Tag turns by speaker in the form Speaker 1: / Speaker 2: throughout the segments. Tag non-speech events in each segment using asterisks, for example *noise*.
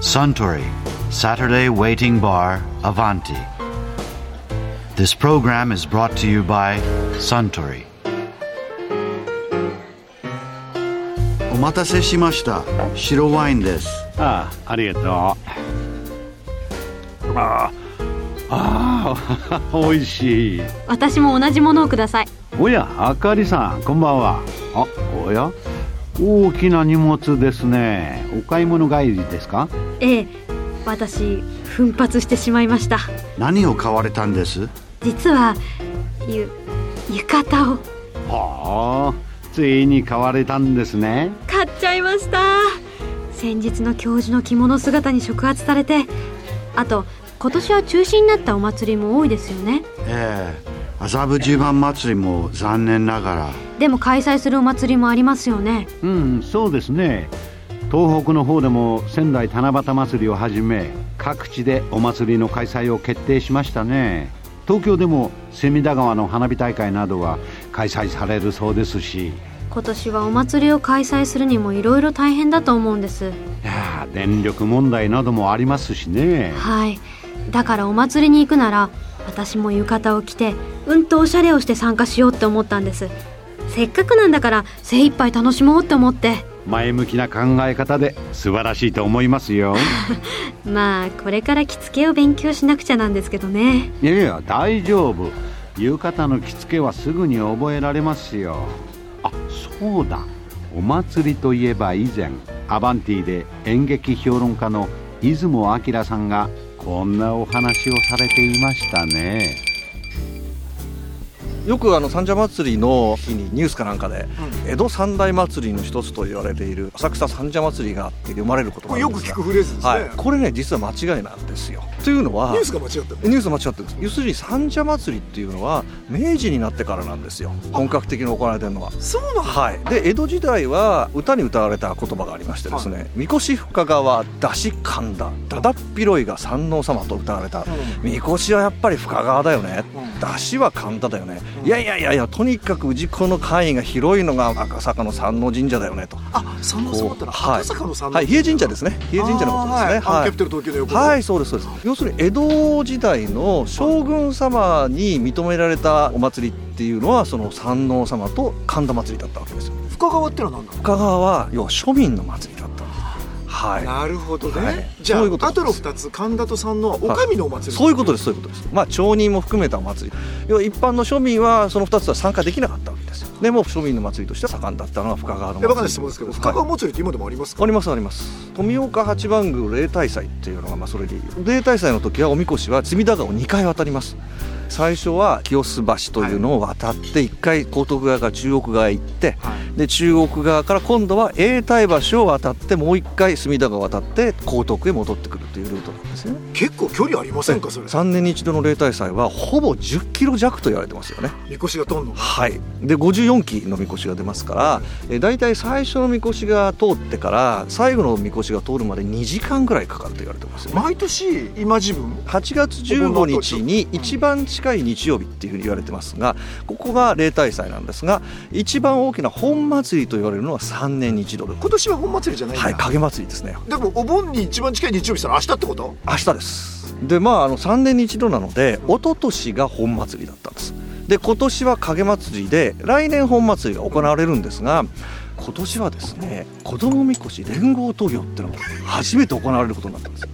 Speaker 1: Suntory, Saturday Waiting Bar, Avanti. This program is brought to you by Suntory. お待たせしました。白ワインです。
Speaker 2: ああありがとうああああおいしい
Speaker 3: 私も同じものをください
Speaker 2: おやあかりさんこんばんはあおや大きな荷物ですねお買い物帰りですか
Speaker 3: ええ私奮発してしまいました
Speaker 1: 何を買われたんです
Speaker 3: 実はゆ浴衣を
Speaker 2: はあ Ah, ついに買われたんですね
Speaker 3: 買っちゃいました先日の教授の着物姿に触発されてあと今年は中止になったお祭りも多いですよね
Speaker 1: ええ麻布十番祭りも残念ながら。
Speaker 3: でも開催するお祭りもありますよね
Speaker 2: うんそうですね東北の方でも仙台七夕祭りをはじめ各地でお祭りの開催を決定しましたね東京でも隅田川の花火大会などは開催されるそうですし
Speaker 3: 今年はお祭りを開催するにもいろいろ大変だと思うんです
Speaker 2: いやー電力問題などもありますしね
Speaker 3: はいだからお祭りに行くなら私も浴衣を着てうんとおしゃれをして参加しようって思ったんですせっかくなんだから精一杯楽しもうって思って
Speaker 2: 前向きな考え方で素晴らしいと思いますよ
Speaker 3: まあこれから着付けを勉強しなくちゃなんですけどね
Speaker 2: *laughs* いやいや大丈夫浴衣の着付けはすぐに覚えられますよあそうだお祭りといえば以前アバンティで演劇評論家の出雲明さんがこんなお話をされていましたね
Speaker 4: よくあの三社祭りの日にニュースかなんかで、江戸三大祭りの一つと言われている浅草三社祭りがあって生まれることが
Speaker 5: こ
Speaker 4: あ
Speaker 5: れ
Speaker 4: る
Speaker 5: よ
Speaker 4: ん
Speaker 5: く
Speaker 4: です
Speaker 5: 聞
Speaker 4: が
Speaker 5: くフレーズですね、
Speaker 4: はい、これね実は間違いなんですよというのは
Speaker 5: ニュースが間違ってる
Speaker 4: ニュース間違ってるんです要するに三社祭りっていうのは明治になってからなんですよ本格的に行われてるのは
Speaker 5: そうなの
Speaker 4: はい、で江戸時代は歌に歌われた言葉がありましてですね「みこし深川出し神田だだっ広いが山王様」と歌われた「みこしはやっぱり深川だよね」「出しは神田だよね」「いやいやいやいやとにかく氏子の範囲が広いのが赤坂の山王神社だよね」と。
Speaker 5: あそもそもだったら
Speaker 4: はい
Speaker 5: 赤坂の三
Speaker 4: はい、比叡神社ですね比叡神社のことですね
Speaker 5: あーはい
Speaker 4: は
Speaker 5: キャピタル東京の横の
Speaker 4: はいそうですそうです要するに江戸時代の将軍様に認められたお祭りっていうのはその山王様と神田祭りだったわけですよ
Speaker 5: 深川ってのは何なの
Speaker 4: 深川は要は庶民の祭りだったんですは
Speaker 5: なるほどね、
Speaker 4: はい
Speaker 5: じゃ
Speaker 4: そういうことです
Speaker 5: ああとの二つ神田と三のはお上のお
Speaker 4: い
Speaker 5: 祭り
Speaker 4: そういうことですそういうことですまあ町人も含めたお祭り要は一般の庶民はその2つは参加できなかったわけですよでも庶民の祭りとしては盛んだったのが深川の祭
Speaker 5: え
Speaker 4: り
Speaker 5: バカな質問ですけど深川祭りって今でもありますか、
Speaker 4: ありますあります富岡八幡宮例大祭っていうのがまあそれで例大祭の時はおみこしは隅田川を2回渡ります最初は清洲橋というのを渡って1回江東区側から中央区側へ行って、で中央区側から今度は永代橋を渡ってもう1回隅田川を渡って江東区へ戻ってくるというルートなんですよね
Speaker 5: 結構距離ありませんかそれ
Speaker 4: 3年に一度の例大祭はほぼ1 0キロ弱と言われてますよね
Speaker 5: みこしがどんどん
Speaker 4: はい、で54基のみこしが出ますから、えー、大体最初のみこしが通ってから最後のみこしが通るまで2時間ぐらいかかると言われてますよね
Speaker 5: 毎年今時分
Speaker 4: 8月15日に一番近い日曜日っていうふうに言われてますがここが例大祭なんですが一番大きな本祭りと言われるのは3年に一度で
Speaker 5: 今年は本祭りじゃないんだ、
Speaker 4: はい影祭りですね
Speaker 5: でもお盆に一番近い日曜日したら明日ってこと
Speaker 4: 明日ですでまああの3年に一度なので一昨年が本祭りだったんですで今年は影祭りで来年本祭りが行われるんですが今年はですね子供みこし連合投票っていうのが初めて行われることになったんです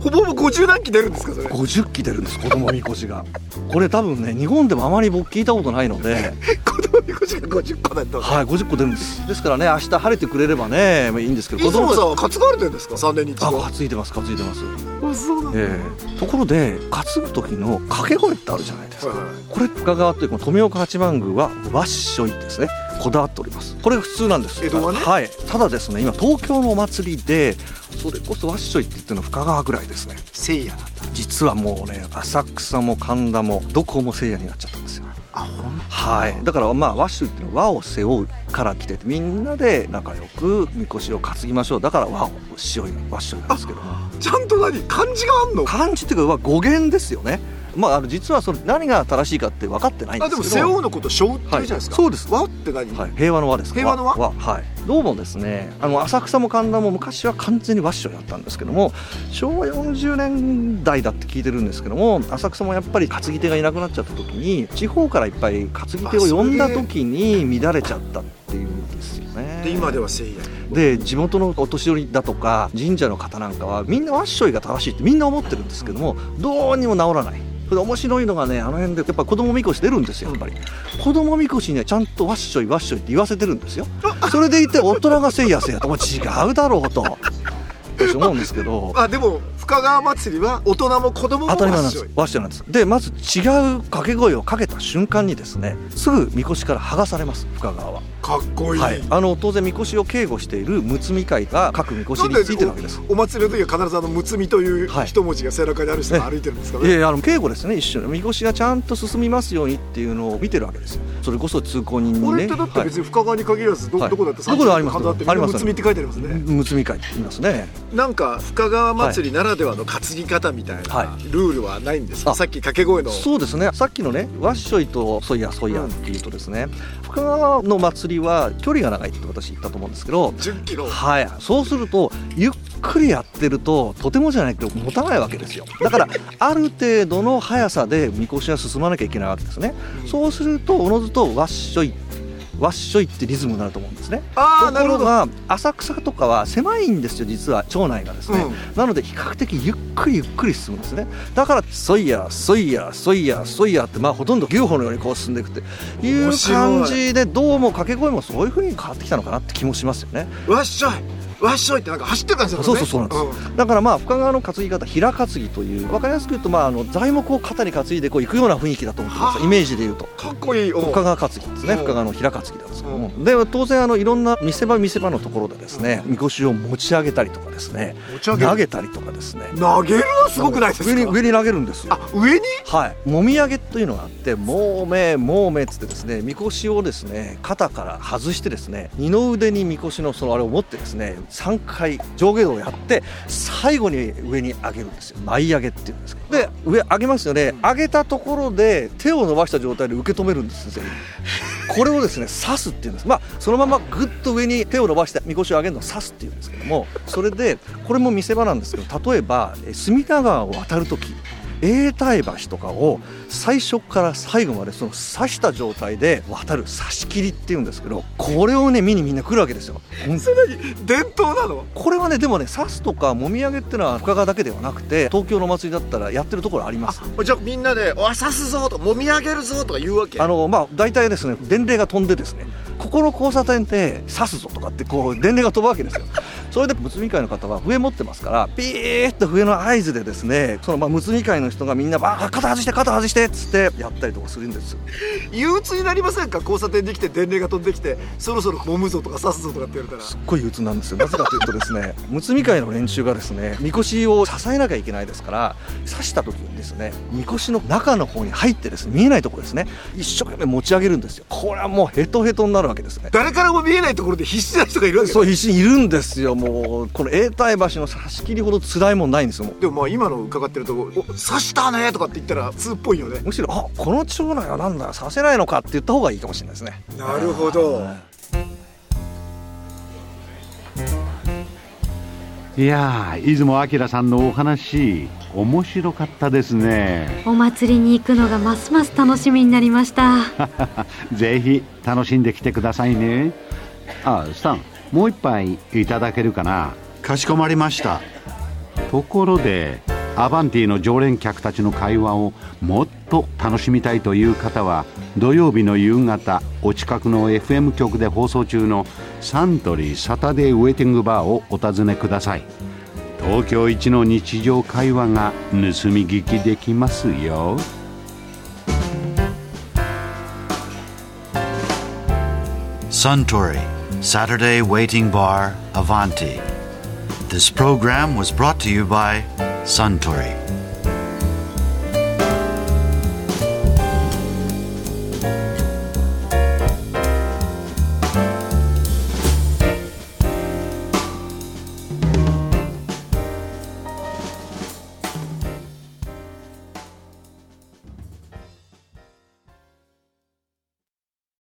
Speaker 5: ほぼほぼ50何期出るんですかそれ
Speaker 4: 50期出るんです子供みこしがこれ多分ね日本でもあまり僕聞いたことないので
Speaker 5: 子供みこしが50個だった
Speaker 4: はい50個出るんですですからね明日晴れてくれればねいいんですけど
Speaker 5: 出雲
Speaker 4: たち
Speaker 5: さんは担がれてるんですか3年に一
Speaker 4: あ
Speaker 5: 度
Speaker 4: 担いでます担いでます
Speaker 5: あそうなんだ
Speaker 4: ええところで担ぐ時の掛け声ってあるじゃないですか
Speaker 5: はいはい
Speaker 4: これ深川というこの富岡八幡宮は和っしょいですねこだわっておりますこれが普通なんです
Speaker 5: 江戸はね
Speaker 4: いただですね今東京のお祭りでそれこそ和っしょいって言ってるのは深川ぐらいですね
Speaker 5: せいやだった
Speaker 4: 実はもうね浅草も神田もどこも聖夜になっちゃったんですよ
Speaker 5: あほん
Speaker 4: はいだからまあ和っしょいっていうのは和を背負うから来ててみんなで仲良くみこしを担ぎましょうだから和をしおい和っしょいなんですけども
Speaker 5: ちゃんと何漢字があんの
Speaker 4: 漢字っていうかは語源ですよねまあ、あの実はその何が正しいかって分かってないんで
Speaker 5: あ
Speaker 4: すけ
Speaker 5: でも
Speaker 4: ど
Speaker 5: 背負うのこと背負うって言うじゃないですか、
Speaker 4: はいそうです
Speaker 5: 和って何、
Speaker 4: はい、平和の和です
Speaker 5: 平和の和
Speaker 4: はい、どうもですねあの浅草も神田も昔は完全に和紙をやったんですけども昭和40年代だって聞いてるんですけども浅草もやっぱり担ぎ手がいなくなっちゃった時に地方からいっぱい担ぎ手を呼んだ時に乱れちゃったっていうんですよね。
Speaker 5: で今では聖夜
Speaker 4: で地元のお年寄りだとか神社の方なんかはみんなワッショイが正しいってみんな思ってるんですけどもどうにも治らないそれで面白いのがねあの辺でやっぱ子供みこし出るんですよやっぱり子供みこしにはちゃんとワッショイワッショイって言わせてるんですよそれでいて大人がせいやせいやともう違うだろうと私思うんですけど
Speaker 5: あでも深川祭りは大人も子供も
Speaker 4: 当たり前なんで
Speaker 5: 強
Speaker 4: す
Speaker 5: い
Speaker 4: ワッショイなんですでまず違う掛け声をかけた瞬間にですねすぐみこしから剥がされます深川は
Speaker 5: かっこいい、
Speaker 4: はいあの当然みこしを警護しているむつみ会が各みこし
Speaker 5: なん
Speaker 4: に
Speaker 5: で
Speaker 4: ついてるわけです
Speaker 5: おお祭りの時は必ずあのむつみという
Speaker 4: はい
Speaker 5: 一文字が背中にある人が歩いてるんですか
Speaker 4: い
Speaker 5: ね、
Speaker 4: やいやあの警護ですね一緒にみこしがちゃんと進みますようにっていうのを見てるわけですよそれこそ通行人にね
Speaker 5: これってだって別に深川に限らずど,、
Speaker 4: はい
Speaker 5: どこだって
Speaker 4: どこでもあります
Speaker 5: 神田ってみ
Speaker 4: あ
Speaker 5: ん
Speaker 4: り
Speaker 5: な
Speaker 4: ます
Speaker 5: むつみって書いてありますね、
Speaker 4: はいむつみ会って言いますね
Speaker 5: なんか深川祭りならではの担ぎ方みたいな
Speaker 4: は
Speaker 5: ルールはないんですか、
Speaker 4: あ
Speaker 5: さっき掛け声の
Speaker 4: そうですねさっきのねわっしょいとそいやそいやっていうとですね、深川の祭りは距離が長いって私言ったと思うんですけど
Speaker 5: 10キロ
Speaker 4: はいそうするとゆっくりやってるととてもじゃないけど持たないわけですよだからある程度の速さでみこしが進まなきゃいけないわけですね、そうするとおのずとわっしょいわっしょいってリズムになると思うんですね
Speaker 5: ああ
Speaker 4: と
Speaker 5: な
Speaker 4: こ
Speaker 5: るほ
Speaker 4: ろ
Speaker 5: ど、
Speaker 4: が浅草とかは狭いんですよ実は町内がですね、
Speaker 5: うん
Speaker 4: なので比較的ゆっくりゆっくり進むんですねだから「そいやそいやそいやそいや」ってまあほとんど牛歩のようにこう進んでいくっていう
Speaker 5: 面白い
Speaker 4: 感じでどうも掛け声もそういう風に変わってきたのかなって気もしますよね
Speaker 5: わっしょいわっしょいってなんか走ってたんですよね
Speaker 4: そうそうそうなんですだからまあ深川の担ぎ方平担ぎという分かりやすく言うとまああの材木を肩に担いでこう行くような雰囲気だと思ってくださ
Speaker 5: はい
Speaker 4: イメージで言うと。
Speaker 5: かっこいいお
Speaker 4: 深川担ぎですね
Speaker 5: うん
Speaker 4: 深川の平担ぎなんですけどもで当然あのいろんな見せ場見せ場のところでですねみこしを持ち上げたりとかですね
Speaker 5: 持ち上げる
Speaker 4: 投げたりとかですね
Speaker 5: 投げるはすごくないですか
Speaker 4: 上に上に投げるんですよ
Speaker 5: あ上に
Speaker 4: はいもみ上げというのがあってもうめもうめっつってですねみこしをですね肩から外してですね二の腕にみこしのそのあれを持ってですね3回上下動をやって最後に上に上げるんですよ舞上げっていうんですけどで上上げますよね上げたところで手を伸ばした状態で受け止めるんですよ全員これをですね刺すっていうんですまあそのままぐっと上に手を伸ばしてみこしを上げるのを刺すっていうんですけどもそれでこれも見せ場なんですけど例えばえ隅田川を渡る時永代橋とかを最初から最後までその刺した状態で渡る刺し切りっていうんですけどこれをね見にみんな来るわけですよ。ほん
Speaker 5: それ何伝統なの
Speaker 4: これはねでもね刺すとかもみあげってのは深川だけではなくて東京のお祭りだったらやってるところあります。
Speaker 5: じゃあみんなで「お刺すぞ」とか「もみ上げるぞ」とか言うわけ
Speaker 4: あのまあ大体ですね伝令が飛んでですねここの交差点で刺すぞとかってこう伝令が飛ぶわけですよそれでむつみ会の方は笛持ってますからピーッと笛の合図でですねそのまあむつみ会の人がみんなバーッ肩外して肩外してっつってやったりとかするんですよ
Speaker 5: 憂鬱になりませんか交差点に来て伝令が飛んできてそろそろ揉むぞとか刺すぞとかって言われたら
Speaker 4: すっごい憂鬱なんですよなぜかというとですね *laughs* むつみ会の連中がですねみこしを支えなきゃいけないですから刺した時にですねみこしの中の方に入ってですね見えないところですね一生懸命持ち上げるんですよこれはもうヘトヘトになるわけですね
Speaker 5: 誰からも見えないところで必死な人がいるわけ
Speaker 4: そう必死にいるんですよもうこの永代橋の差し切りほど辛いもんないんですよもう
Speaker 5: でもまあ今の伺ってると「お刺したね」とかって言ったら通っぽいよね
Speaker 4: むしろあこの町内はなんださせないのかって言った方がいいかもしれないですね
Speaker 5: なるほど
Speaker 2: いやー出雲明さんのお話面白かったですね
Speaker 3: お祭りに行くのがますます楽しみになりました
Speaker 2: *laughs* ぜひ楽しんできてくださいねあスタンもう一杯いただけるかな
Speaker 1: かしこまりました
Speaker 2: ところでアバンティの常連客たちの会話をもっと楽しみたいという方は土曜日の夕方お近くの FM 局で放送中のサントリーサタデーウェイティングバーをお尋ねください東京一の日常会話が盗み聞きできますよ
Speaker 1: Suntory, Saturday Waiting Bar, Avanti. This program was brought to you by Suntory.